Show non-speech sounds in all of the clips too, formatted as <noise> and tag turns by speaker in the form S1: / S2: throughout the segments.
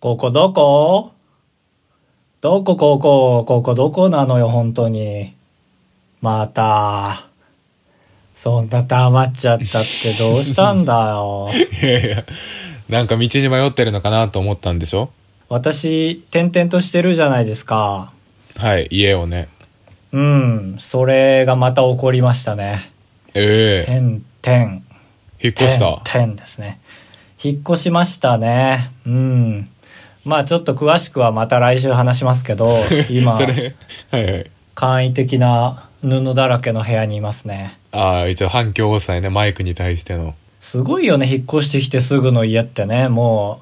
S1: ここどこどこここ、ここどこなのよ、本当に。また。そんな黙っちゃったってどうしたんだ
S2: <laughs>
S1: よ。
S2: いやいや、なんか道に迷ってるのかなと思ったんでしょ
S1: 私、転々としてるじゃないですか。
S2: はい、家をね。
S1: うん、それがまた起こりましたね。
S2: ええ
S1: 転々。
S2: 引っ越した。
S1: 点ですね。引っ越しましたね。うん。まあちょっと詳しくはまた来週話しますけ
S2: <laughs>
S1: ど、今
S2: そ、れ、はいはい。
S1: 簡易的な布だらけの部屋にいますね。
S2: ああ、一応反響抑えね、マイクに対しての。
S1: すごいよね、引っ越してきてすぐの家ってね、も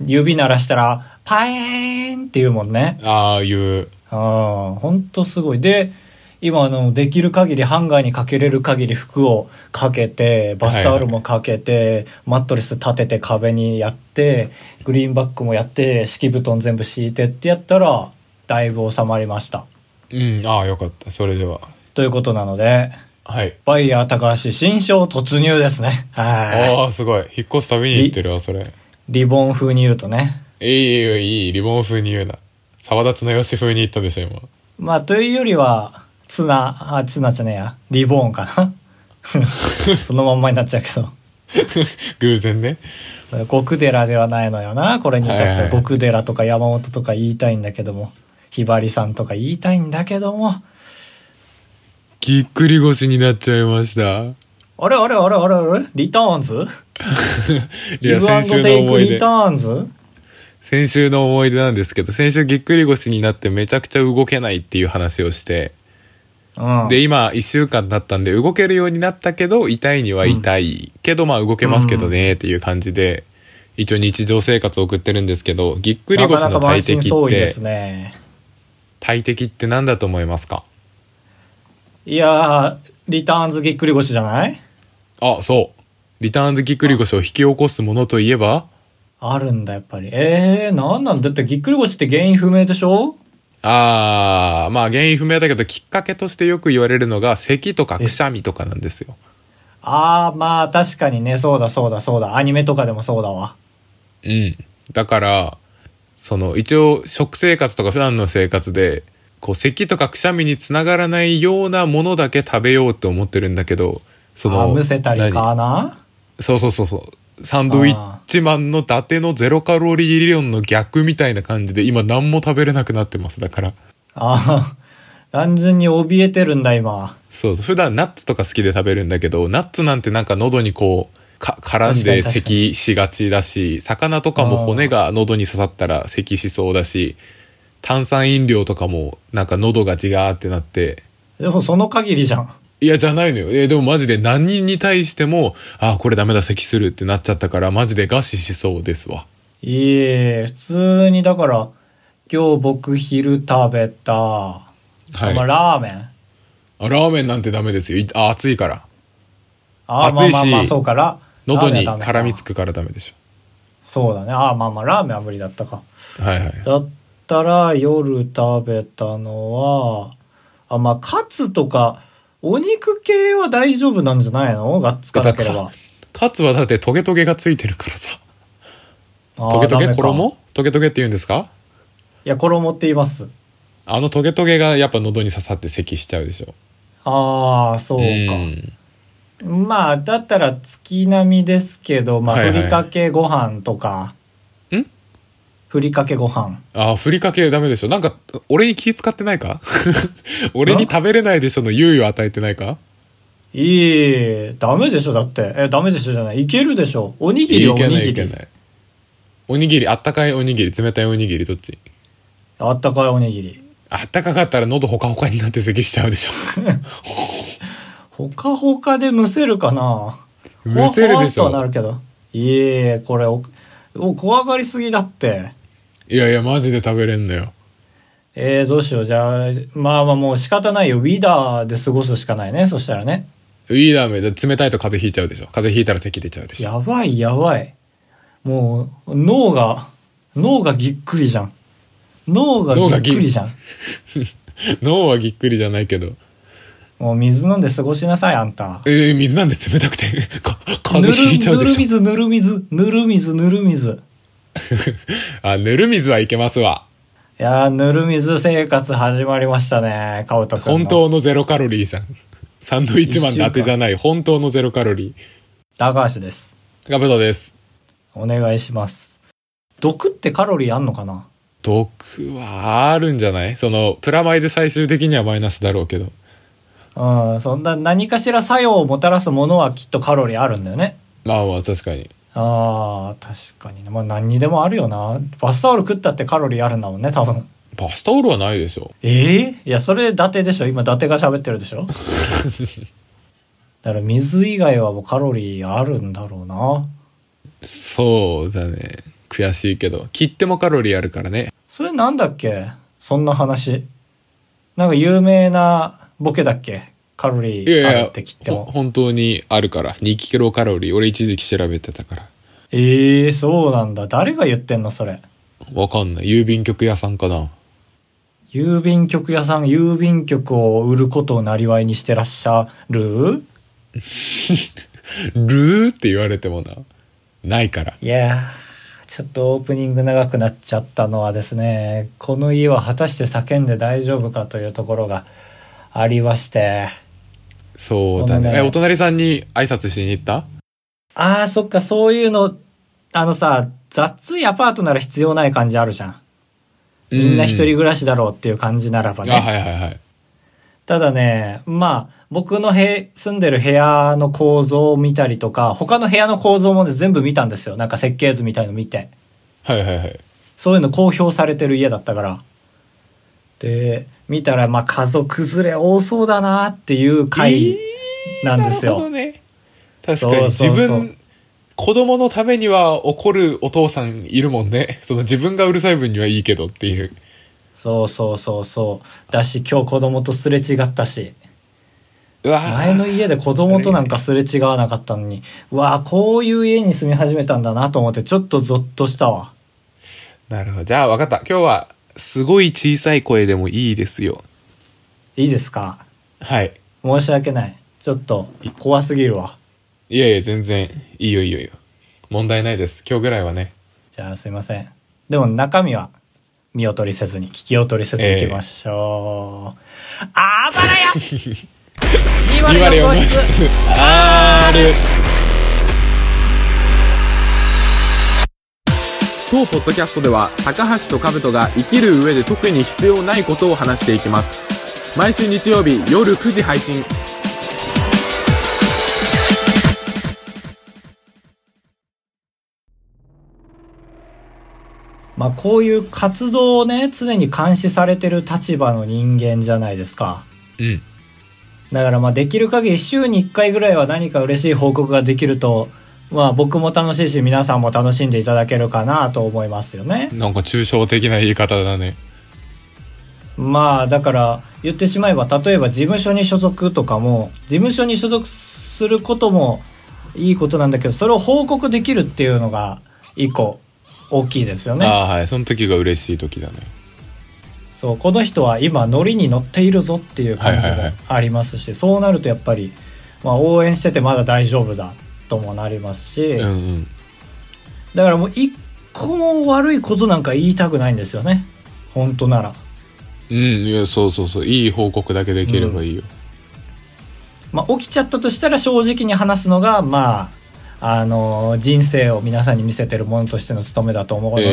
S1: う、指鳴らしたら、パエーンって言うもんね。
S2: ああいう、
S1: ああ、ほんとすごい。で、今あの、できる限りハンガーにかけれる限り服をかけて、バスタオルもかけて、マットレス立てて壁にやって、グリーンバッグもやって、敷布団全部敷いてってやったら、だいぶ収まりました。
S2: うん、ああ、よかった。それでは。
S1: ということなので、
S2: はい。
S1: バイヤー高橋新章突入ですね。はい。
S2: ああ、すごい。引っ越すたびに言ってるわ、それ。
S1: リボン風に言うとね。
S2: いいよ、いい。リボン風に言うな。沢立のよし風に言ったでしょ、今。 <laughs>
S1: まあ、というよりは、ツナ、あ、ツナじゃねえや、リボーンかな。 <laughs> そのまんまになっちゃうけど。
S2: 偶然ね。
S1: 極寺ではないのよな。これに至って
S2: はいは
S1: はい極寺とか山本とか言いたいんだけども、ひばりさんとか言いたいんだけども、
S2: ぎっくり腰になっちゃい
S1: <laughs>
S2: ました。
S1: あれあれあれあれあれリターンズ
S2: い
S1: ギ
S2: や、
S1: ブアン
S2: 先
S1: ド
S2: 週の
S1: テイク
S2: 思い
S1: リ
S2: 出
S1: タ。ーンズ
S2: 先週の思い出なんですけど、先週ぎっくり腰になってめちゃくちゃ動けないっていう話をして、
S1: うん。
S2: で、今1週間経ったんで動けるようになったけど、痛いには痛い。けどまあ動けますけどねっていう感じで、一応日常生活を送ってるんですけど、ぎっくり
S1: なか
S2: 腰
S1: なか
S2: の大
S1: 満
S2: 敵
S1: 身
S2: っ
S1: 創痍で
S2: て
S1: す、ね。
S2: 大敵って何だと思いますか
S1: いやー、リターンズぎっくり腰じゃない
S2: あ、そう。リターンズぎっくり腰を引き起こすものといえば、
S1: あるんだ、やっぱり。えー、なんなんだってぎっくり腰って原因不明でしょ
S2: あー、まあ原因不明だけど、きっかけとしてよく言われるのが、咳とかくしゃみとかなんですよ。
S1: あー、まあ確かにね、そうだそうだそうだ。アニメとかでもそうだわ。
S2: うん。だから、その、一応、食生活とか普段の生活で、こう、咳とかくしゃみにつながらないようなものだけ食べようって思ってるんだけど、そ
S1: あ
S2: の、
S1: ーむせたりか
S2: 何
S1: な
S2: そうそうそうそう。サンドウィッチマンの伊達のゼロカロリー理論の逆みたいな感じで、今何も食べれなくなってます。だから、
S1: ああ、単純に怯えてるんだ、今。
S2: そう、普段ナッツとか好きで食べるんだけど、ナッツなんてなんか喉にこう、か絡ん
S1: 確か
S2: で
S1: に確かに
S2: 咳しがちだし、魚とかも骨が喉に刺さったら咳しそうだし、炭酸飲料とかもなんか喉がジガーってなって、
S1: でもその限りじゃん。
S2: いや、じゃないのよ。え、でもマジで何人に対しても、あ、これダメだ、咳するってなっちゃったから、マジで餓死しそうですわ。
S1: いえ、普通に、だから、今日僕昼食べた、
S2: はい。
S1: まあ
S2: あ
S1: ラーメン。
S2: ラーメンなんてダメですよ。いあ、暑いから。
S1: あー
S2: 暑いし
S1: まあまあまあ、そうから。
S2: 喉
S1: ラーメ
S2: に
S1: ンはダメか
S2: 絡みつくからダメでし
S1: そうだね。ああ、まあまあ、ラーメンは無理だったか。
S2: ょ。はいはい。
S1: だったら、夜食べたのは、あ、まあ、カツとか、お肉系は大丈夫なんじゃないのがっつかなければ。
S2: カツはだってトゲトゲがついてるからさ。
S1: あー
S2: トゲトゲ
S1: ダメか
S2: 衣トゲトゲって言うんですか
S1: いや、衣って言います。
S2: あのトゲトゲがやっぱ喉に刺さって咳しちゃうでしょ。
S1: ああ、そうか。
S2: ん
S1: まあ、だったら月並みですけど、まあ、
S2: はいはい
S1: ふりかけご飯とか。
S2: ん
S1: ふりかけご飯。
S2: あーふりかけダメでしょ。なんか、俺に気使ってな
S1: <laughs>
S2: いか俺に食べれないでしょの猶予与えてないか
S1: いい、ダメでしょ、だって。え、ダメでしょじゃない。いけるでしょ。おにぎり
S2: い
S1: お
S2: けな
S1: に
S2: い
S1: ぎ
S2: いけ
S1: り
S2: な。い。おにぎり、あったかいおにぎり、冷たいおにぎり、どっち
S1: あったかいおにぎり。
S2: あったかかったら喉ほかほかになって咳しちゃうでしょ。 <laughs>
S1: ほかほかでむせるかな
S2: むせるでし
S1: ほわほわっとはな
S2: ょ。
S1: るけど。いえ、これお、お、怖がりすぎだって。
S2: いやいや、マジで食べれんのよ。
S1: えー、どうしよう。じゃあ、まあまあもう仕方ないよ。ウィダーで過ごすしかないね。そしたらね。
S2: いいダメだ。冷たいと風邪ひいちゃうでしょ。風邪ひいたら咳出ちゃうでしょ。
S1: やばいやばい。もう、脳が、脳がぎっくりじゃん。脳が
S2: 脳が
S1: ぎ
S2: ぎ
S1: っくりじゃん。
S2: <laughs> 脳はぎっくりじゃないけど。
S1: もう水飲んで過ごしなさい、あんた。
S2: えー、水なんで冷たくて、か、風
S1: ぬ
S2: <laughs>
S1: る、
S2: 邪ひいちゃう
S1: ぬ
S2: で
S1: る
S2: しょ。
S1: 水、ぬる水、ぬる水、ぬる水。
S2: あ、ぬる水はいけますわ。
S1: いやー、ぬる水生活始まりましたね、カウト君の。
S2: 本当のゼロカロリー
S1: <laughs>
S2: さん。サンドイッチマンの当てじゃない、本当のゼロカロリ
S1: 高橋です。
S2: ー。ガブトです。
S1: お願いします。毒ってカロリーあんのかな
S2: 毒はあるんじゃないその、プラマイで最終的にはマイナスだろうけど。
S1: うん、そんな何かしら作用をもたらすものはきっとカロリーあるんだよね。
S2: まあまあ、確かに。
S1: ああ、確かにね。まあ何にでもあるよな。バスタオル食ったってカロリーあるんだもんね、多分。
S2: パスタオルはないでしょ。
S1: ええいや、それ伊達でしょ今伊達が喋ってるでし <laughs> ょだから水以外はもうカロリーあるんだろうな。
S2: そうだね。悔しいけど。切ってもカロリーあるからね。
S1: それなんだっけそんな話。なんか有名なボケだっけカロリ
S2: いやい
S1: ーあ
S2: や
S1: るって切っ、て
S2: ほ
S1: も。
S2: 本当にあるから。2キロカロリー。俺一時期調べてたから。
S1: ええそうなんだ。誰が言ってんのそれ。
S2: わかんない。郵便局屋さんかな。
S1: 郵便局屋さん、郵便局を売ることをなりわいにしてらっしゃる
S2: ルーって言われてもな。ないから。
S1: いやー、ちょっとオープニング長くなっちゃったのはですね、この家は果たして叫んで大丈夫かというところがありまして。
S2: そうだ
S1: この
S2: ね。
S1: ね
S2: え、お隣さんに挨拶しに行った
S1: あー、そっか、そういうの、あのさ、雑いアパートなら必要ない感じあるじゃん。みんな一人暮らしだろうっていう感じならば
S2: ら
S1: ね。
S2: あ、はいはいはい。
S1: ただね、まあ、僕のへ住んでる部屋の構造を見たりとか、他の部屋の構造もね、全部見たんですよ。なんか設計図みたいの見て。
S2: はいはいはい。
S1: そういうの公表されてる家だったから。で、見たら、まあ、家族連れ多そうだなっていう回なんです
S2: なるほ
S1: よ。
S2: どね。確か
S1: そ
S2: に
S1: うそうそう
S2: 自分、子供のためには怒るお父さんいるもんね。 <laughs> その自分がうるさい分にはいいけどっていう。
S1: そうそうそうそう。だし、今日子供とすれ違ったし。
S2: うわ
S1: 前の家で子供となんかすれ違わなかったのに、うわあこういう家に住み始めたんだなと思って、ちょっとゾッとしたわ。
S2: なるほど。じゃあ分かった。今日は、すごい小さい声でもいいですよ。
S1: いいですか
S2: はい。
S1: 申し訳ない。ちょっと、怖すぎるわ。
S2: いやいや、全然、いいよいいよいいよ。問題ないです。今日ぐらいはね。
S1: じゃあすいません。でも中身は、見劣りせずに、聞き劣りせずにいきましょう。あばらや !204 号室
S2: ある当ポッドキャストでは高橋と兜が生きる上で特に必要ないことを話していきます毎週日曜日夜9時配信
S1: <laughs> まあこういう活動をね、常に監視されてる立場の人間じゃないですか。
S2: うん
S1: だからまあできる限り週に1回ぐらいは何か嬉しい報告ができると、まあ僕も楽しいし皆さんも楽しんでいただけるかなと思いますよね。
S2: なんか抽象的な言い方だね
S1: まあだから言ってしまえば例えば事務所に所属とかも事務所に所属することもいいことなんだけどそれを報告できるっていうのが一個大きいですよね。
S2: ああはいその時が嬉しい時だね
S1: そうこの人は今ノリに乗っているぞっていう感じ
S2: はいはいは
S1: も
S2: い
S1: ありますし、そうなるとやっぱり、まあ、応援しててまだ大丈夫だともなりますし、
S2: うんうん
S1: だからもう一個も悪いことなんか言いたくないんですよね本当なら。
S2: うんいやそうそうそういい報告だけできればいいよ、
S1: まあ、起きちゃったとしたら正直に話すのがまああの人生を皆さんに見せてるものとしての務めだと思うので、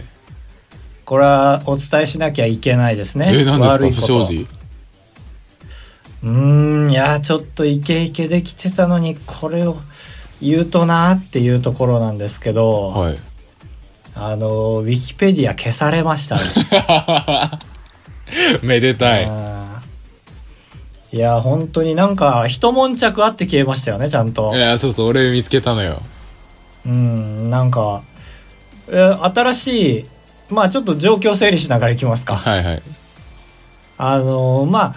S2: え
S1: これはお伝えしなきゃいけないです
S2: ー、
S1: ね、
S2: えー、何
S1: 悪い
S2: です
S1: こ
S2: か
S1: と
S2: 不祥
S1: う
S2: 事
S1: ーんいやちょっとイケイケできてたのにこれを言うとなっていうところなんですけど、
S2: はい
S1: あのウィキペディア消されましたね
S2: めでたい
S1: あーいや本当になんか一悶着あって消えましたよねちゃんと
S2: いやそうそう俺見つけたのよ
S1: うん、なんか、えー新しい、まあちょっと状況整理しながらいきますか。
S2: <laughs> はいはい
S1: あのーまあ、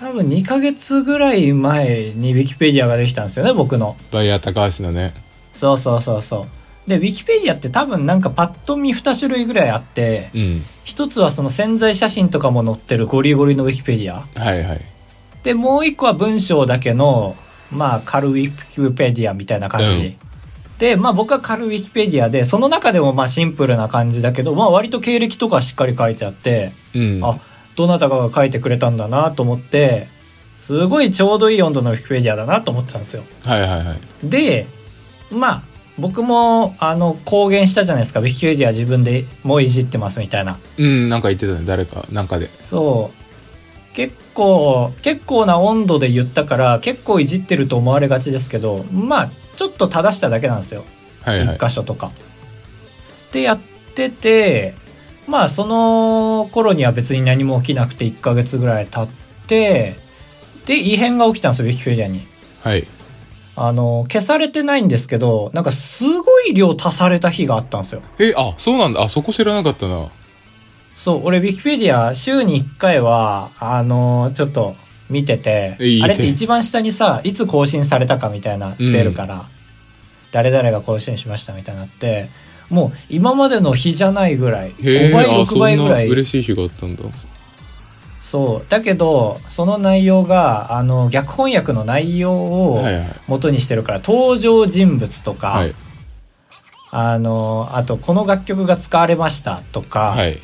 S1: 多分2ヶ月ぐらい前に Wikipedia ができたんですよね、僕の。
S2: バイヤー高橋のね
S1: そうそうそうそう。で、Wikipedia って多分なんかパッと見2種類ぐらいあって、
S2: うん
S1: 一つはその潜在写真とかも載ってるゴリゴリの Wikipedia。
S2: はいはい
S1: で、もう一個は文章だけの、まあ、カルウィキペディアみたいな感じ。で、まあ僕は軽いウィキペディアで、その中でもまあシンプルな感じだけど、まあ割と経歴とかしっかり書いてあって、
S2: うん。
S1: あ、どなたかが書いてくれたんだなと思って、すごいちょうどいい温度のウィキペディアだなと思ってたんですよ。
S2: はいはいはい。
S1: でまあ僕もあの公言したじゃないですかウィキペディア自分でもういじってますみたいな
S2: うん、なんか言ってたね、誰か、なんかで。
S1: そう結構結構な温度で言ったから結構いじってると思われがちですけどまあちょっと正しただけなんですよ
S2: はいはい
S1: 一。箇所とか。でやっててまあその頃には別に何も起きなくて1ヶ月ぐらい経ってで異変が起きたんですよウィキペディアに。
S2: はい。
S1: あの、消されてないんですけど、なんかすごい量足された日があったんですよ。
S2: え、あ、そうなんだ。あ、そこ知らなかったな。
S1: そう、俺、ウィキペディア週に1回は、あの、ちょっと見てて
S2: いいい、い
S1: あれって一番下にさ、いつ更新されたかみたいな出るから、誰々が更新しましたみたいなって、もう今までの日じゃないぐらい、
S2: へ
S1: 5
S2: え、
S1: 倍、
S2: あ、そ
S1: 6
S2: ん
S1: 倍ぐら。
S2: ない嬉しい日があったんだ。
S1: そう。だけど、その内容が、あの、逆翻訳の内容を
S2: はいはい。
S1: 元にしてるから、登場人物とか、
S2: はい。
S1: あのあとこの楽曲が使われましたとか、
S2: はい。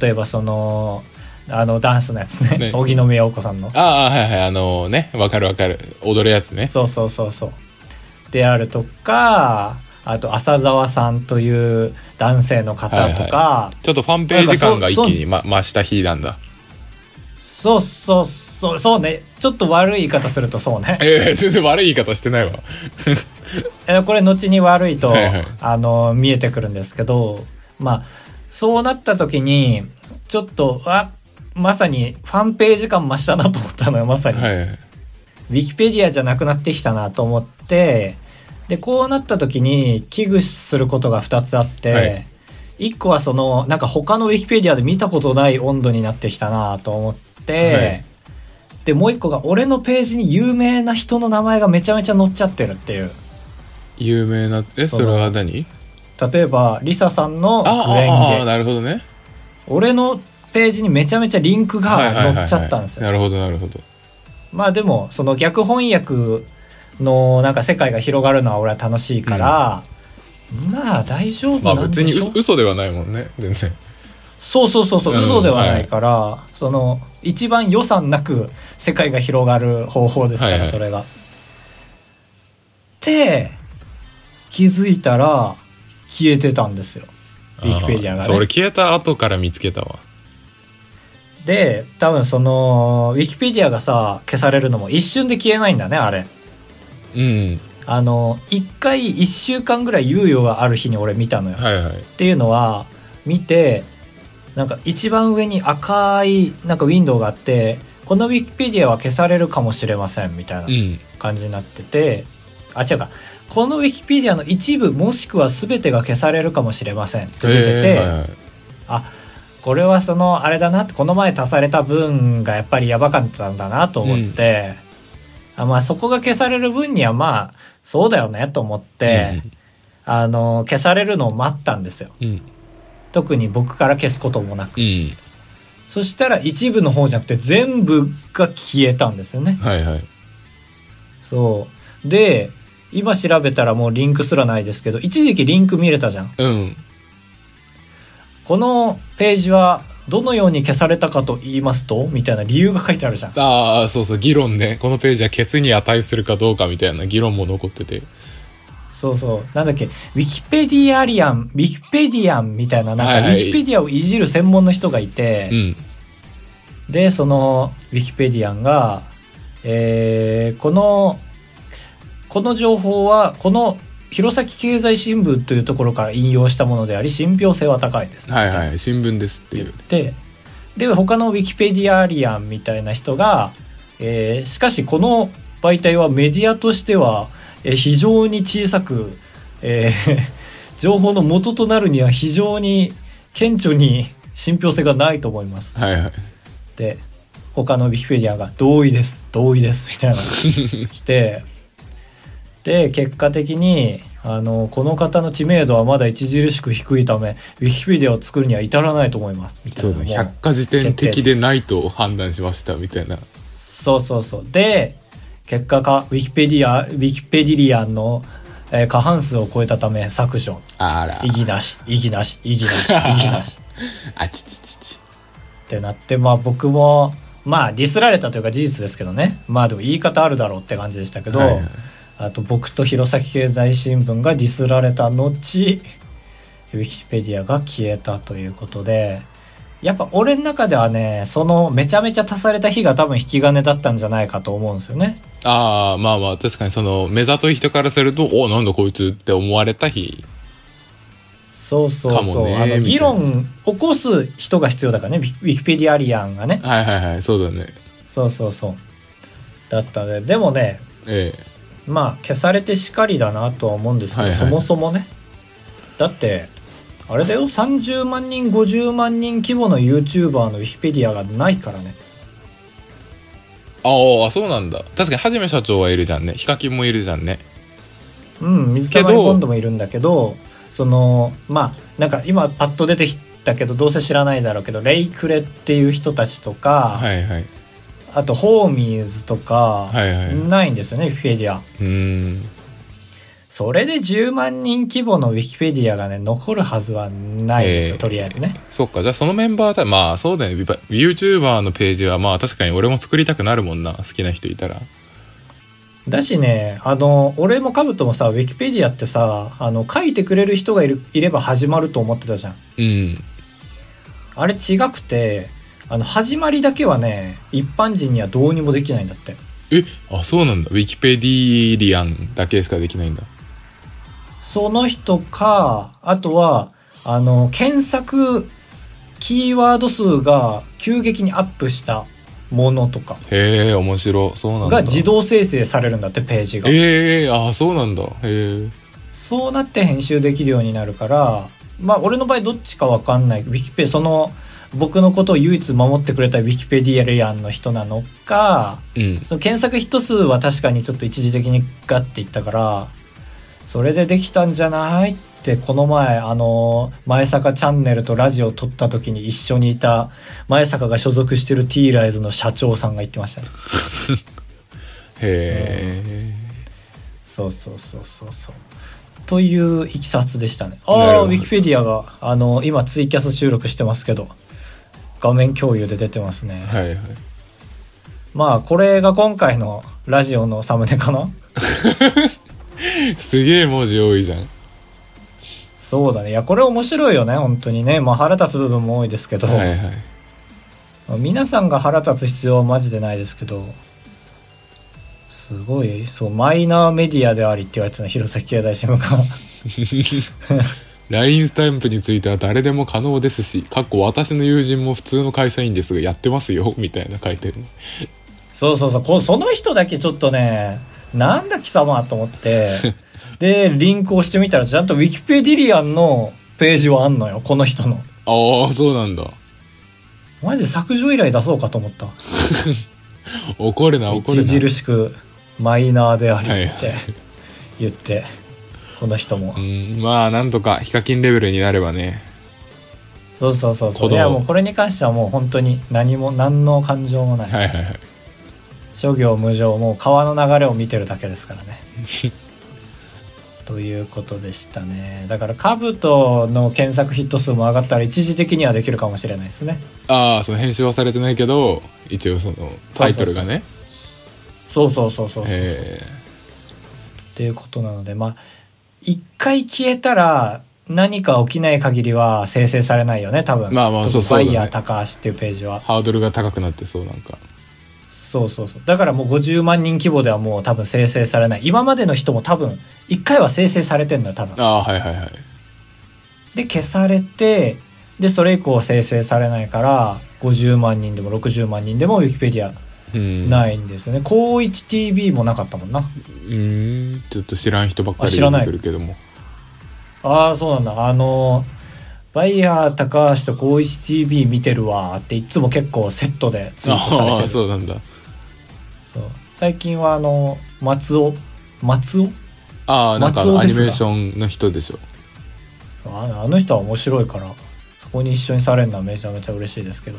S1: 例えばそのあのダンスのやつ
S2: ね
S1: ね荻野目洋子さんの
S2: ああ、はいはい。あのね、わかるわかる。踊るやつね。
S1: そうそうそうそうであるとかあと浅沢さんという男性の方とか、
S2: ちょっとファンページ感が一気に、
S1: な
S2: ま、増した日なんだ。
S1: そうそうそうそうねちょっと悪い言い方するとそうね
S2: えー、全然悪い言い方して <laughs> ないわ。
S1: えーこれ後に悪いと、
S2: はいはい
S1: あの見えてくるんですけどまあそうなった時にちょっとあまさにファンページ感増したなと思ったのよまさに、
S2: はいはい。
S1: ウィキペディアじゃなくなってきたなと思ってでこうなった時に危惧することが2つあって、
S2: はい
S1: 1個はそのなんか他のウィキペディアで見たことない温度になってきたなと思って、
S2: はい
S1: でもう1個が俺のページに有名な人の名前がめちゃめちゃ載っちゃってるっていう。
S2: 有名な、え、それは何
S1: 例えばリサさんの
S2: あ
S1: クレ
S2: ああ、
S1: ンゲ
S2: なるほどね。
S1: 俺のページにめちゃめちゃリンク
S2: はいはい
S1: が
S2: はいは
S1: 載
S2: い
S1: っちゃったんですよ、
S2: なるほど、なるほど。
S1: まあでもその逆翻訳のなんか世界が広がるのは俺は楽しいから、まあ大丈夫
S2: まあ
S1: なん
S2: 別
S1: で
S2: に
S1: しょ、
S2: 嘘嘘ではないもんね、全然。
S1: そうそうそうそう
S2: うん
S1: 嘘ではないから、その一番予算なく世界が広がる方法ですから、
S2: はいはい
S1: それが。で気づいたら消えてたんですよウィキペディアが
S2: あ
S1: ね。
S2: ーそう、俺消えた後から見つけたわ。
S1: で多分そのウィキペディアがさ消されるのも一瞬で消えないんだねあれ
S2: うん。
S1: あの1回1週間ぐらい猶予がある日に俺見たのよ、
S2: はいはい。
S1: っていうのは見てなんか一番上に赤いなんかウィンドウがあってこのウィキペディアは消されるかもしれませんみたいな
S2: うん。
S1: 感じになってて、あ違うかこのウィキペディアの一部もしくは全てが消されるかもしれませんって出てて、
S2: へーはいはい
S1: あこれはそのあれだなってこの前足された分がやっぱりやばかったんだなと思って、あまあそこが消される分にはまあそうだよねと思って、あの消されるのを待ったんですよ
S2: うん。
S1: 特に僕から消すこともなく、
S2: うん。
S1: そしたら一部の方じゃなくて全部が消えたんですよね
S2: はいはい。
S1: そうで今調べたらもうリンクすらないですけど一時期リンク見れたじゃん
S2: うん。
S1: このページはどのように消されたかと言いますとみたいな理由が書いてあるじゃん
S2: ああ、そうそう、議論ね。このページは消すに値するかどうかみたいな議論も残ってて。
S1: そうそう。なんだっけ、ウィキペディアリアン、ウィキペディアンみたいな、なんか、
S2: はい
S1: ウ
S2: はい
S1: ィキペディアをいじる専門の人がいて、
S2: うん。
S1: で、その、ウィキペディアンが、えーこの、この情報は、この、弘前経済新聞というところから引用したものであり、信憑性は高いです。
S2: はい
S1: っ
S2: はい。新聞ですって
S1: て
S2: い
S1: 言っ
S2: う。
S1: て、で、他のウィキペディアリアンみたいな人が、えーしかしこの媒体はメディアとしては、えー非常に小さく、えー <laughs> 情報の元となるには非常に顕著に信憑性がないと思います。
S2: はいはい。
S1: で他のウィキペディアが「同意です同意です」みたいな
S2: <laughs>
S1: のが来てで結果的にあのこの方の知名度はまだ著しく低いためウィキペディアを作るには至らないと思いますみた
S2: そ
S1: いうな
S2: だね。
S1: もう
S2: 百科事典的でないと判断しましたみたいな。
S1: そうそうそう。で、結果か、ウィキペディア、ウィキペディリアンの、えー過半数を超えたため削除
S2: あら
S1: 異議なし異議なし異議な
S2: <laughs>
S1: し異議なし
S2: あちちちち
S1: ってなってまあ僕もまあディスられたというか事実ですけどねまあでも言い方あるだろうって感じでしたけど、
S2: はいはい
S1: あと僕と弘前経済新聞がディスられた後ウィキペディアが消えたということでやっぱ俺の中ではねそのめちゃめちゃ足された日が多分引き金だったんじゃないかと思うんですよね。
S2: ああまあまあ確かにその目ざとい人からするとおなんだこいつって思われた日
S1: そうそう
S2: か
S1: そ
S2: も
S1: う、
S2: ね
S1: あの
S2: みたいな
S1: 議論起こす人が必要だからねウィウィキペディアリアンがね
S2: はいはいはいそうだね
S1: そうそうそうだったねでもね
S2: え
S1: まあ消されてしかりだなとは思うんですけど、
S2: はいはい
S1: そもそもねだってあれだよ30万人50万人規模の YouTuber のウィキペディアがないからね
S2: えああそうなんだ確かにはじめ社長はいるじゃんねヒカキンもいるじゃんね
S1: うん水溜
S2: け
S1: り
S2: ど
S1: ボンドもいるんだけどそのまあなんか今パッと出てきたけどどうせ知らないだろうけどレイクレっていう人たちとか、
S2: はいはい
S1: あとホーミーズとか、
S2: はいはいうん
S1: ないんですよねウィキペディア
S2: ーん
S1: それで10万人規模のウィキペディアがね残るはずはないですよ、
S2: ええ
S1: とりあえずね
S2: そっかじゃあそのメンバーだまあそうだよね YouTuber のページはまあ確かに俺も作りたくなるもんな好きな人いたら
S1: だしねあの俺もカブトもさウィキペディアってさあの書いてくれる人がいるいれば始まると思ってたじゃん
S2: うん
S1: あれ違くてあの始まりだけはね一般人にはどうにもできないんだって
S2: えあそうなんだウィキペディリアンだけしかできないんだ
S1: その人かあとはあの検索キーワード数が急激にアップしたものとか
S2: へえ面白そうなんだ
S1: が自動生成されるんだってページが
S2: ええあそうなんだへえ
S1: そうなって編集できるようになるからまあ俺の場合どっちかわかんないウィキペその僕のことを唯一守ってくれたウィキペディアンの人なのか
S2: うん
S1: その検索ヒット数は確かにちょっと一時的にガッていったからそれでできたんじゃないってこの前あの前坂チャンネルとラジオ撮った時に一緒にいた前坂が所属してる T ライズの社長さんが言ってましたね
S2: へえ
S1: そうそうそうそうそう。といういきさつでしたね。
S2: なる
S1: ああ、
S2: ほ
S1: ウ
S2: ど
S1: ィキペディアが、あの、今ツイキャス収録してますけど、画面共有で出てますね。
S2: はいはい
S1: まあ、これが今回のラジオのサムネかな
S2: すげえ文字多いじゃん
S1: そうだね。いや、これ面白いよね、本当にね。まあ、腹立つ部分も多いですけど、
S2: はいはい
S1: 皆さんが腹立つ必要はマジでないですけど、すごい、そう、マイナーメディアでありって言われてたの、弘前経済新聞が。
S2: LINE スタンプについては誰でも可能ですしかっこ私の友人も普通の会社員ですがやってますよみたいな書いてる
S1: そうそうそうこ、その人だけちょっとね、なんだ貴様と思っ
S2: <laughs>
S1: て、で、リンクをしてみたら、ちゃんとウィキペディリアンのページはあんのよ、この人の。
S2: ああそうなんだ
S1: マジで削除依頼出そうかと思った。
S2: 怒るな怒るな
S1: 著しくマイナーであるっ
S2: は
S1: て言って、この人も
S2: う。んまあなんとかヒカキンレベルになればね
S1: そうそうそうそ
S2: 子
S1: う。
S2: 供
S1: いやもうこれに関してはもう本当に何も、何の感情もない。
S2: はいはいはい <laughs>
S1: 諸行無常、もう川の流れを見てるだけですからね。ということでしたねだから兜の検索ヒット数も上がったら一時的にはできるかもしれないですね
S2: ああその編集はされてないけど一応そのタイトルがね
S1: そうそうそうそうそうそう
S2: へ
S1: っていうことなのでまあ一回消えたら何か起きない限りは生成されないよね多分
S2: まあまあ
S1: 特に
S2: そうそうだね
S1: バイヤー高橋っていうページは
S2: えハードルが高くなってそうなんか
S1: そうそうそうだからもう50万人規模ではもう多分生成されない今までの人も多分一回は生成されてんのよ多分
S2: ああーはいはいはい
S1: で消されてでそれ以降生成されないから50万人でも60万人でもウィキペディア
S2: うん
S1: ないんですよね高一 TV もなかったもんな
S2: うーんちょっと知らん人ばっかり
S1: あ知ら
S2: 出
S1: ない
S2: てくるけども
S1: ああそうなんだあのバイヤー高橋と高一 TV 見てるわーっていつも結構セットでツイートされ
S2: あ
S1: て
S2: あ
S1: る
S2: そうなんだ
S1: そう最近はあの松尾松尾
S2: ああなんかあ
S1: 松
S2: の
S1: 尾
S2: ア
S1: で
S2: ニ
S1: すが
S2: メーションの人でしょ
S1: そうあのあの人は面白いからそこに一緒にされるのはめちゃめちゃ嬉しいですけど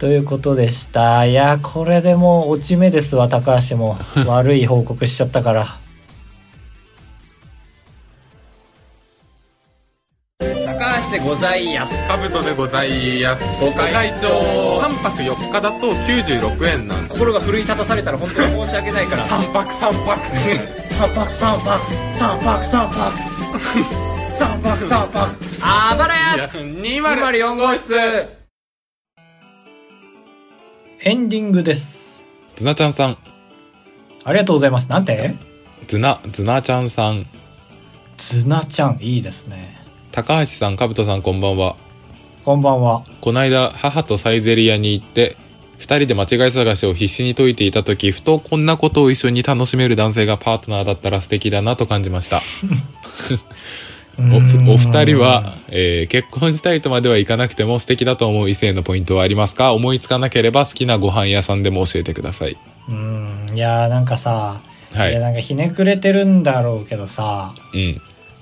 S1: ということでした
S2: <laughs>
S1: いやこれでもう落ち目ですわ高橋も悪い報告しちゃったから
S3: でございやす
S2: カブトでございますご
S3: 会
S2: 会
S3: 長
S2: 長3泊4日だと96円なんです
S3: 心が奮い立たされたら本当に申し訳ないから
S2: 3泊3泊
S1: 三泊三泊三泊三泊三泊三泊
S3: あばらや
S2: 204号室
S1: エンディングです
S2: ズナちゃんさん
S1: ありがとうございますなんて
S2: ズナズナちゃんさん
S1: ズナちゃんいいですね
S2: 高橋さんカブトさんこんばんは
S1: こんばんは
S2: こないだ母とサイゼリヤに行って2人で間違い探しを必死に解いていた時ふとこんなことを一緒に楽しめる男性がパートナーだったら素敵だなと感じました
S1: お
S2: おお二人は、えー結婚したいとまではいかなくても素敵だと思う異性のポイントはありますか思いつかなければ好きなご飯屋さんでも教えてください。
S1: うんいやーなんかさ、、
S2: はいい。
S1: やなんかひねくれてるんだろうけどさ
S2: うん。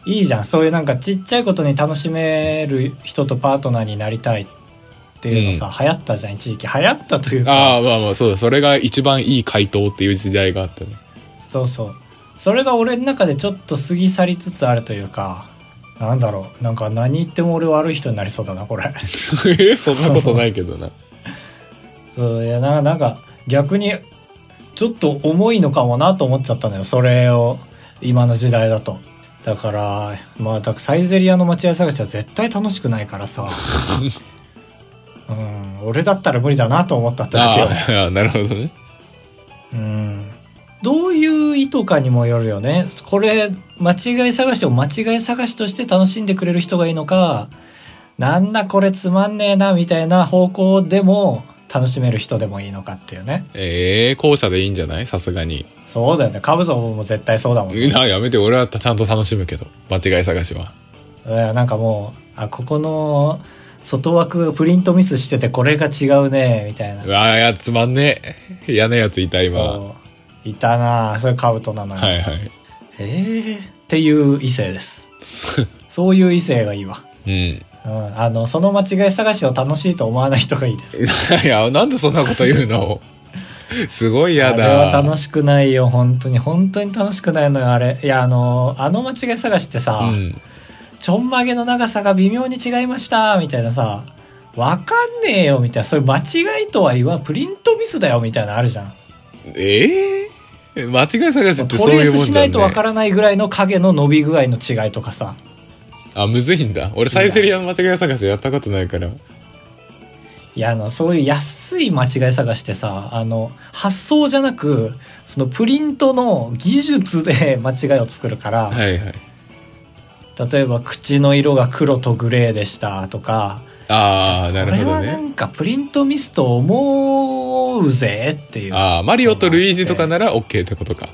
S1: いいじゃんそういうなんかちっちゃいことに楽しめる人とパートナーになりたいっていうのさ、流行ったじゃん一時期流行ったというか
S2: ああ、まあまあ、そうだ。それが一番いい回答っていう時代があったね。
S1: そうそうそれが俺の中でちょっと過ぎ去りつつあるというかなんだろうなんか何言っても俺悪い人になりそうだなこれ <laughs>
S2: え <laughs> そんなことないけど <laughs> な。
S1: そういやななんか逆にちょっと重いのかもなと思っちゃったのよそれを今の時代だとだからまあだサイゼリアの待合探しは絶対楽しくないから
S2: <laughs>
S1: さうん俺だったら無理だなと思ったってだけよ
S2: あー <laughs> あー、なるほどね。
S1: うんどういう意図かにもよるよね。これ、間違い探しを間違い探しとして楽しんでくれる人がいいのか、なんだこれつまんねえな、みたいな方向でも楽しめる人でもいいのかっていうね。
S2: ええ後者でいいんじゃないさすがに。
S1: そうだよね。カブトも絶対そうだもんね。
S2: な、やめて、俺はちゃんと楽しむけど。間違い探しは。
S1: うんなんかもう、あ、ここの外枠プリントミスしててこれが違うね、みたいな
S2: う。わあ、いや、つまんねえ。嫌なやついた、今。は
S1: そう。いたなあそれカブトなのよ。
S2: いはい。 <laughs>
S1: えーっていう異性です。そういう異性がいいわ。
S2: うん。
S1: うん、あの、その間違い探しを楽しいと思わない人がいいです。
S2: <laughs> いや、なんでそんなこと言
S1: <laughs>
S2: うのすごい嫌
S1: あれ
S2: だ。
S1: は楽しくないよ、本当に。本当に楽しくないのよ、あれ。いや、あの、あの間違い探しってさ、
S2: うん。
S1: ちょんまげの長さが微妙に違いました、みたいなさ、わかんねえよ、みたいな。そういう間違いとは言わん、プリントミスだよ、みたいなのあるじゃん。
S2: ええ間違い探しっ
S1: ト
S2: てそう
S1: レ
S2: い
S1: ー
S2: う
S1: ス
S2: もん
S1: し
S2: じ
S1: な
S2: ゃ
S1: い
S2: ん、
S1: とわ
S2: ね
S1: か、らないぐらいの影の伸び具合の違いとかさ。
S2: あ、むずいんだ。俺サイゼリヤの間違い探しやったことないから。
S1: いや、あの、そういう安い間違い探しってさ、あの、発想じゃなく、そのプリントの技術で <laughs> 間違いを作るから、
S2: はいはい。
S1: 例えば口の色が黒とグレーでしたとか
S2: ああ、なるほど
S1: それはな
S2: ね。
S1: んかプリントミスと思うぜっていう
S2: ああ、マリオとルイージとかなら OK ってことか。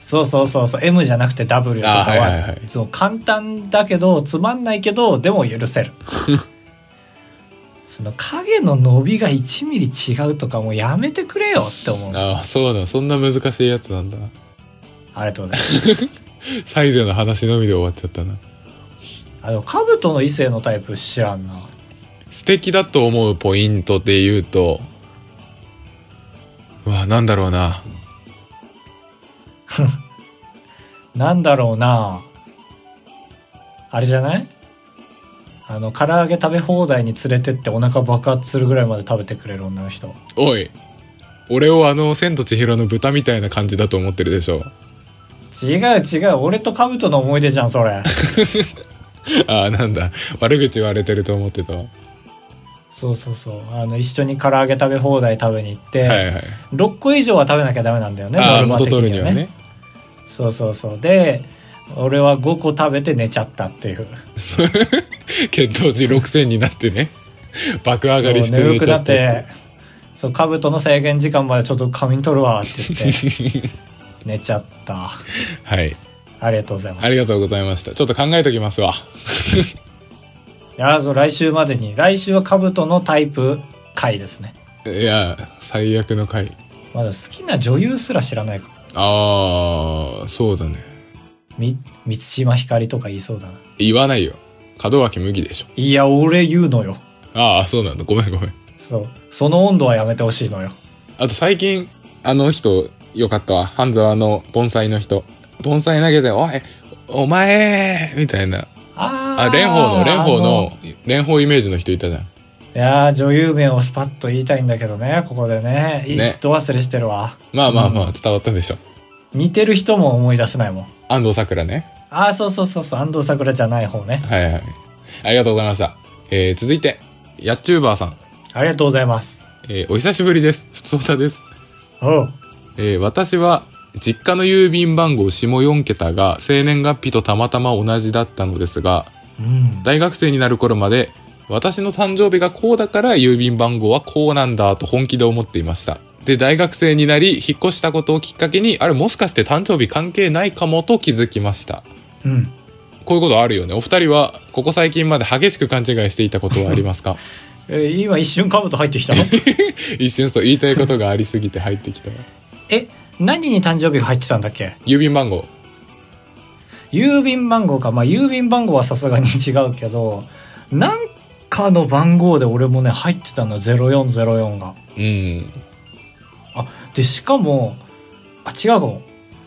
S1: そうそうそうそう M じゃなくて W とかは,、
S2: あはいはいはい
S1: その簡単だけどつまんないけどでも許せ
S2: <laughs>
S1: るその影の伸びが1ミリ違うとかもうやめてくれよって思うあ
S2: ああ、そうなの。そんな難しいやつなんだ。
S1: りがとうございます
S2: サイゼの話のみで終わっちゃったな。
S1: あのカブトの異性のタイプ知らんな
S2: 素敵だと思うポイントで言うと、うわ、なんだろうな。
S1: なんだろうなあれじゃないあの唐揚げ食べ放題に連れてってお腹爆発するぐらいまで食べてくれる女の人
S2: おい俺をあの「千と千尋の豚」みたいな感じだと思ってるでしょ
S1: 違う違う俺とカブトの思い出じゃんそ
S2: <laughs>
S1: れ
S2: ああなんだ悪口言われてると思ってた、
S1: そうそうそうあの一緒に唐揚げ食べ放題食べに行って、
S2: はいはい
S1: 6個以上は食べなきゃダメなんだよね
S2: ああ
S1: ノルマ
S2: 元
S1: 的
S2: 取るにはね
S1: そうそうそうで俺は5個食べて寝ちゃったっていう
S2: <laughs> 血糖値6000になってね <laughs> 爆上がりして
S1: そう
S2: 寝
S1: 眠く
S2: ちゃ
S1: な
S2: っ
S1: っててそうカブトの制限時間までちょっと仮眠取るわって言って
S2: <laughs>
S1: 寝ちゃった
S2: はい
S1: ありがとうございます。
S2: ありがとうございましたちょっと考えときますわ
S1: いやそう来週までに、来週は兜のタイプ回ですね。
S2: いや最悪の回
S1: まだ好きな女優すら知らないから。
S2: ああそうだね
S1: み、満島ひかりとか言いそうだな。
S2: 言わないよ門脇麦でしょ
S1: いや、俺言うのよ。
S2: ああそうなんだごめんごめん
S1: そう。その温度はやめてほしいのよ。
S2: あと最近、あの人、よかったわ。半沢の盆栽の人。盆栽投げて、おい、お前みたいな。
S1: あ
S2: あ蓮舫の蓮舫
S1: あ
S2: の蓮舫イメージの人いたじゃん
S1: いやー女優名をスパッと言いたいんだけどねここでねいい
S2: ね
S1: 人忘れしてるわ、
S2: まあまあまあ伝わったでしょ、
S1: 似てる人も思い出せないもん
S2: 安藤サクラね
S1: ああそうそうそうそう安藤サクラじゃない方ね
S2: はいはいありがとうございました、えー、続いてやっちゅーばーさん、
S1: ありがとうございます
S2: えー、お久しぶりです普通歌です
S1: おう
S2: えー私は実家の郵便番号下4桁が生年月日とたまたま同じだったのですが
S1: うん
S2: 大学生になる頃まで私の誕生日がこうだから郵便番号はこうなんだと本気で思っていましたで大学生になり引っ越したことをきっかけにあれもしかして誕生日関係ないかもと気づきました
S1: うん
S2: こういうことあるよねお二人はここ最近まで激しく勘違いしていたことはあり
S1: <laughs>
S2: ますか
S1: えー今一瞬カブト入ってきたの
S2: 一瞬そう言いたいことがありすぎて入ってきた
S1: え何に誕生日が入ってたんだっけ
S2: 郵便番号
S1: 郵便番号かまあ郵便番号はさすがに違うけどなんかの番号で俺もね入ってたの0404が
S2: うん
S1: でしかもあ違うかも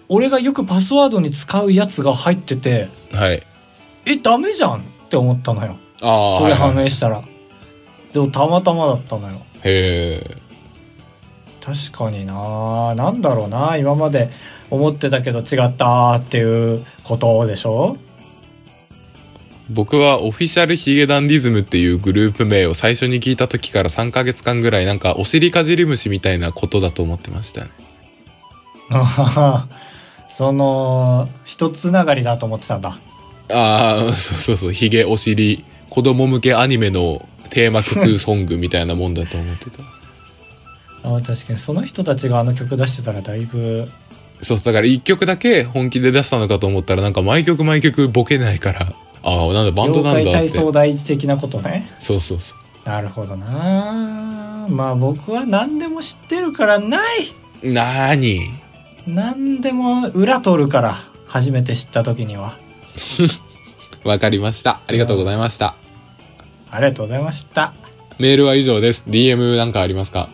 S1: 俺がよくパスワードに使うやつが入ってて
S2: はい
S1: えダメじゃんって思ったのよ
S2: ああ
S1: それ判
S2: はいはい
S1: 明したら、でもたまたまだったのよ
S2: へえ
S1: 確かにななんだろうな今まで思ってたけど違ったっていうことでしょ
S2: 僕はオフィシャルヒゲダンディズムっていうグループ名を最初に聞いた時から3ヶ月間ぐらいなんかお尻かじり虫みたいなことだと思ってましたね。
S1: あはは <laughs> その一つながりだと思ってたんだ
S2: ああ、 <laughs> そうそうそう、ヒゲお尻、子供向けアニメのテーマ曲ソングみたいなもんだと思ってた。
S1: あ確かにその人たちがあの曲出してたらだいぶ
S2: そう、だから1曲だけ本気で出したのかと思ったらなんか毎曲毎曲ボケないから、ああ、なんだバンド
S1: 妖
S2: なん
S1: 怪
S2: だっ
S1: 体
S2: て。そ
S1: 操第一的なことね
S2: うそうそう。
S1: なるほどなまあ僕は何でも知ってるからない
S2: なーに
S1: 何でも裏取るから初めて知った時には
S2: わかりました。ありがとうございました。
S1: ありがとうございました
S2: メールは以上です。DM なんかありますか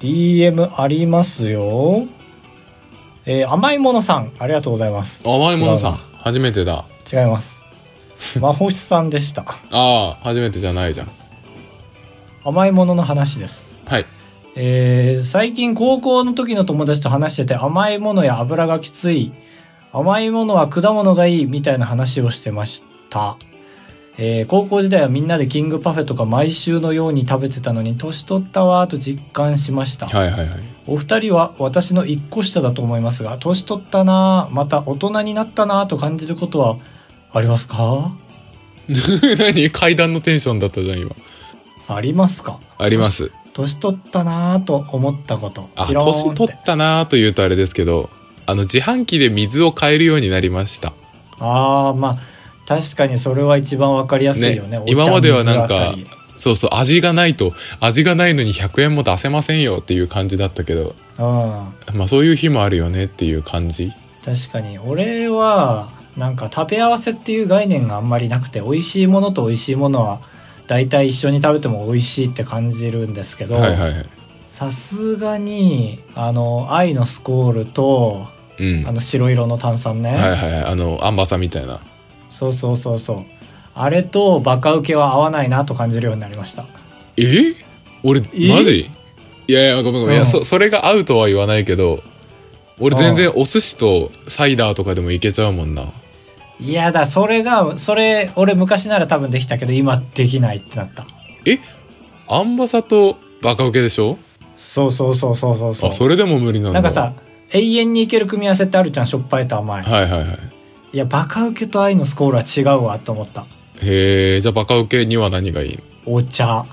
S1: DM ありますよえー甘いものさんありがとうございます
S2: 甘いものさん、初めてだ。
S1: 違います魔法師さんでした
S2: ああ、初めてじゃないじゃん。
S1: 甘いものの話です
S2: はい。
S1: えー最近高校の時の友達と話してて甘いものや油がきつい甘いものは果物がいいみたいな話をしてました、えー高校時代はみんなでキングパフェとか毎週のように食べてたのに年取ったわーと実感しました
S2: はいはいはい。
S1: お二人は私の一個下だと思いますが年取ったなーまた大人になったなーと感じることはありますか
S2: <laughs> 何階段のテンションだったじゃん、今。
S1: ありますか
S2: あります。
S1: 年取ったなーと思ったこと
S2: あ、
S1: ピローンって
S2: 年取ったなーと言うとあれですけど、あの、自販機で水を買えるようになりました。
S1: ああまあ確かにそれは一番わかりやすいよね
S2: ね
S1: お茶
S2: 今まではなんか
S1: 水あたり
S2: そうそう、味がないと、味がないのに100円も出せませんよっていう感じだったけど、
S1: うん
S2: まあそういう日もあるよねっていう感じ。
S1: 確かに俺はなんか食べ合わせっていう概念があんまりなくて美味しいものと美味しいものは大体一緒に食べても美味しいって感じるんですけど
S2: はいはいはい。
S1: さすがにあの愛のスコールと
S2: うん。
S1: あ
S2: はい
S1: の白色の炭酸ね、
S2: はいはい。あの、アンバさんみたいな。
S1: そうそうそうそうあれとバカウケは合わないなと感じるようになりました
S2: え俺
S1: え
S2: マジいやいやごめんごめん、いや
S1: う
S2: そ
S1: ん
S2: それが合うとは言わないけど俺
S1: うん
S2: 全然お寿司とサイダーとかでもいけちゃうもんない
S1: やだそれがそれ俺昔なら多分できたけど今できないってなった
S2: えアンバサとバカウケでしょ
S1: そうそうそうそうそうそう
S2: あそれでも無理なんだ
S1: なんかさ永遠にいける組み合わせってあるじゃんしょっぱいと甘い、い、
S2: はいはいはい
S1: やバカウケと愛のスコールは違うわと思った
S2: へえじゃあバカウケには何がいい <laughs> の
S1: お茶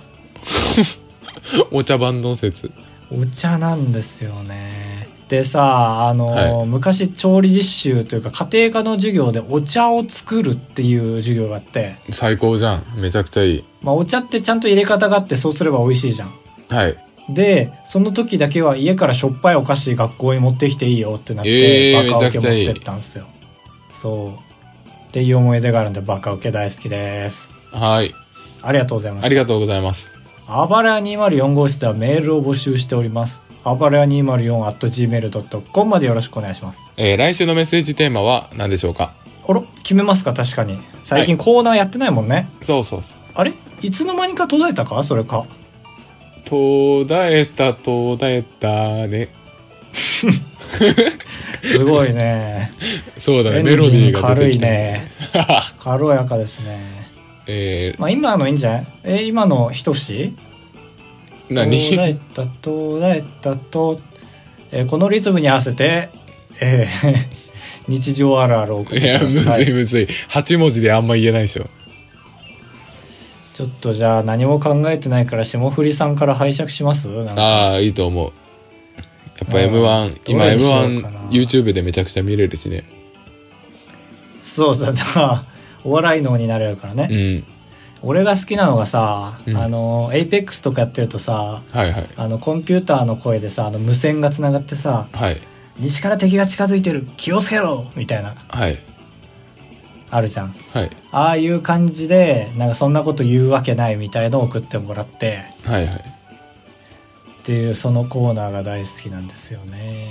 S2: お茶番の説
S1: お茶なんですよねでさあの、
S2: は
S1: 昔調理実習というか家庭科の授業でお茶を作るっていう授業があって、
S2: 最高じゃんめちゃくちゃいい
S1: まあ、お茶ってちゃんと入れ方があってそうすれば美味しいじゃん
S2: はい
S1: でその時だけは家からしょっぱいお菓子学校に持ってきていいよってなって、
S2: えー
S1: バカウケ
S2: めちゃくちゃいい
S1: 持ってったんですよそうっていう思い出があるんでバカウケ大好きです
S2: はい
S1: ありがとうございま
S2: あ
S1: し
S2: り
S1: た
S2: がとうございます
S1: あばらや204号室ではメールを募集しておりますあばらや 204.gmail.com までよろしくお願いします
S2: えー来週のメッセージテーマは何でしょうか
S1: おろ決めますか確かに最近コーナーやってないもんね、
S2: そうそうそう
S1: あれいつの間にか途絶えたかそれか
S2: 途絶えた途絶えたね
S1: すごいね
S2: <laughs> そうだね
S1: エン
S2: メロデ
S1: ジン
S2: ィーが出
S1: 軽
S2: て
S1: い
S2: きた、
S1: ね軽やかですね
S2: <laughs> え
S1: まあ今のいいんじゃないえ今のひとし
S2: ー、何
S1: 途絶えた途絶えたと、えーこのリズムに合わせて、えー <laughs> 日常あるあるを送っ
S2: <laughs> い
S1: て
S2: や
S1: く
S2: む
S1: ださ
S2: ず
S1: い
S2: いむずい8文字であんま言えないでしょ
S1: ちょっとじゃあ何も考えてないから霜降りさんから拝借しますなんか
S2: ああいいと思うやっぱ
S1: うん
S2: m 1今
S1: どれにしようかな
S2: m1YouTube でめちゃくちゃ見れるしね
S1: そうだなお笑い脳になれるからね、
S2: うん
S1: 俺が好きなのがさ、
S2: うん
S1: あの APEX とかやってるとさ
S2: はいはい
S1: あのコンピューターの声でさあの無線がつながってさ
S2: はい
S1: 西から敵が近づいてる気をつけろみたいな
S2: はい
S1: あるじゃん
S2: はい
S1: ああいう感じでなんかそんなこと言うわけないみたいのを送ってもらって
S2: はいはい
S1: っていうそのコーナーが大好きなんですよね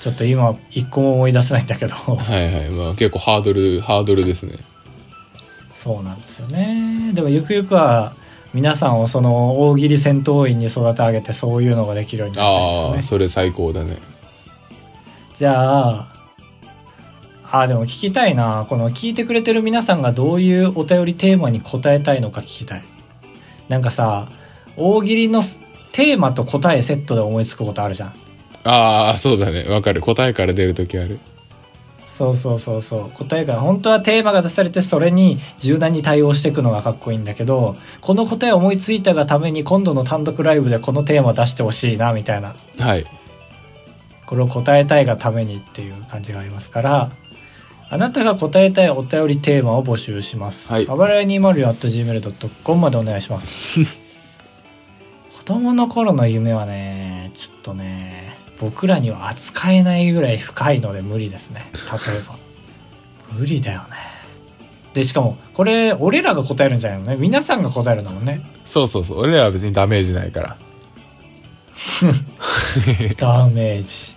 S1: ちょっと今一個も思い出せないんだけど <laughs>
S2: はいはいまあ結構ハードルハードルですね
S1: そうなんですよねでもゆくゆくは皆さんをその大喜利戦闘員に育て上げてそういうのができるようになったん
S2: ああ
S1: ですね
S2: それ最高だね
S1: じゃああーでも聞きたいなこの聞いてくれてる皆さんがどういうお便りテーマに答えたいのか聞きたいなんかさ大喜利のすテーマと答えセットで思いつくことあるじゃん
S2: ああそうだねわかる答えから出るときある
S1: そうそうそうそう答えが本当はテーマが出されてそれに柔軟に対応していくのがかっこいいんだけどこの答え思いついたがために今度の単独ライブでこのテーマ出してほしいなみたいな
S2: はい
S1: これを答えたいがためにっていう感じがありますからあなたが答えたいお便りテーマを募集します。
S2: はい
S1: あばらや 204.gmail.com までお願いします。 <laughs> 子供の頃の夢はね、ちょっとね、僕らには扱えないぐらい深いので無理ですね。例えば。無理だよね。で、しかも、これ、俺らが答えるんじゃないのね。皆さんが答えるんだもんね。
S2: そうそうそう俺らは別にダメージないから
S1: <laughs> ダメージ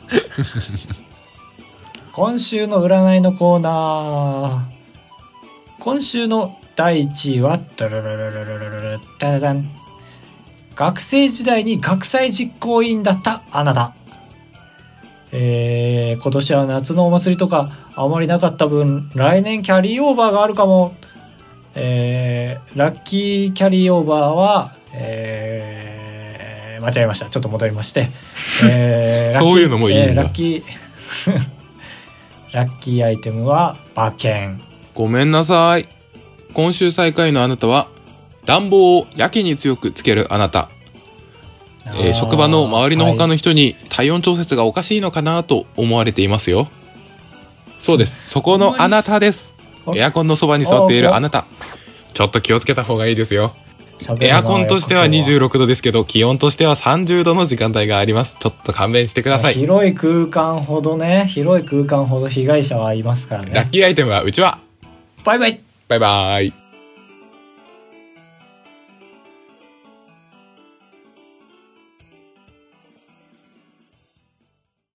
S1: 今週の占いのコーナー今週の第1位はドゥルルルルルルルダダダン学生時代に学祭実行委員だったあなたえー、今年は夏のお祭りとかあまりなかった分来年キャリーオーバーがあるかもえー、ラッキーキャリーオーバーは、えー、間違えました。ちょっと戻りまして。えラッキー
S2: そういうのもいいんだ
S1: えーラッキー、ラッキーアイテムは馬券。
S2: ごめんなさい。今週最下位のあなたは、暖房をやけに強くつけるあなた。えー職場の周りの他の人に体温調節がおかしいのかなと思われていますよ。そうです。そこのあなたです。
S1: あ
S2: エアコンのそばに座っている
S1: あ
S2: あなた。ちょっと気をつけた方がいいですよ。
S1: はい
S2: エアコンとしては。
S1: 喋る
S2: 26度ですけど、気温としては30度の時間帯があります。ちょっと勘弁してく
S1: な
S2: ださい。
S1: 広い空間ほどね、広い空間ほど被害者はいますから
S2: ラッ
S1: ね。
S2: キーアイテムはうちわ。
S1: バイバイ
S2: バイバーイ。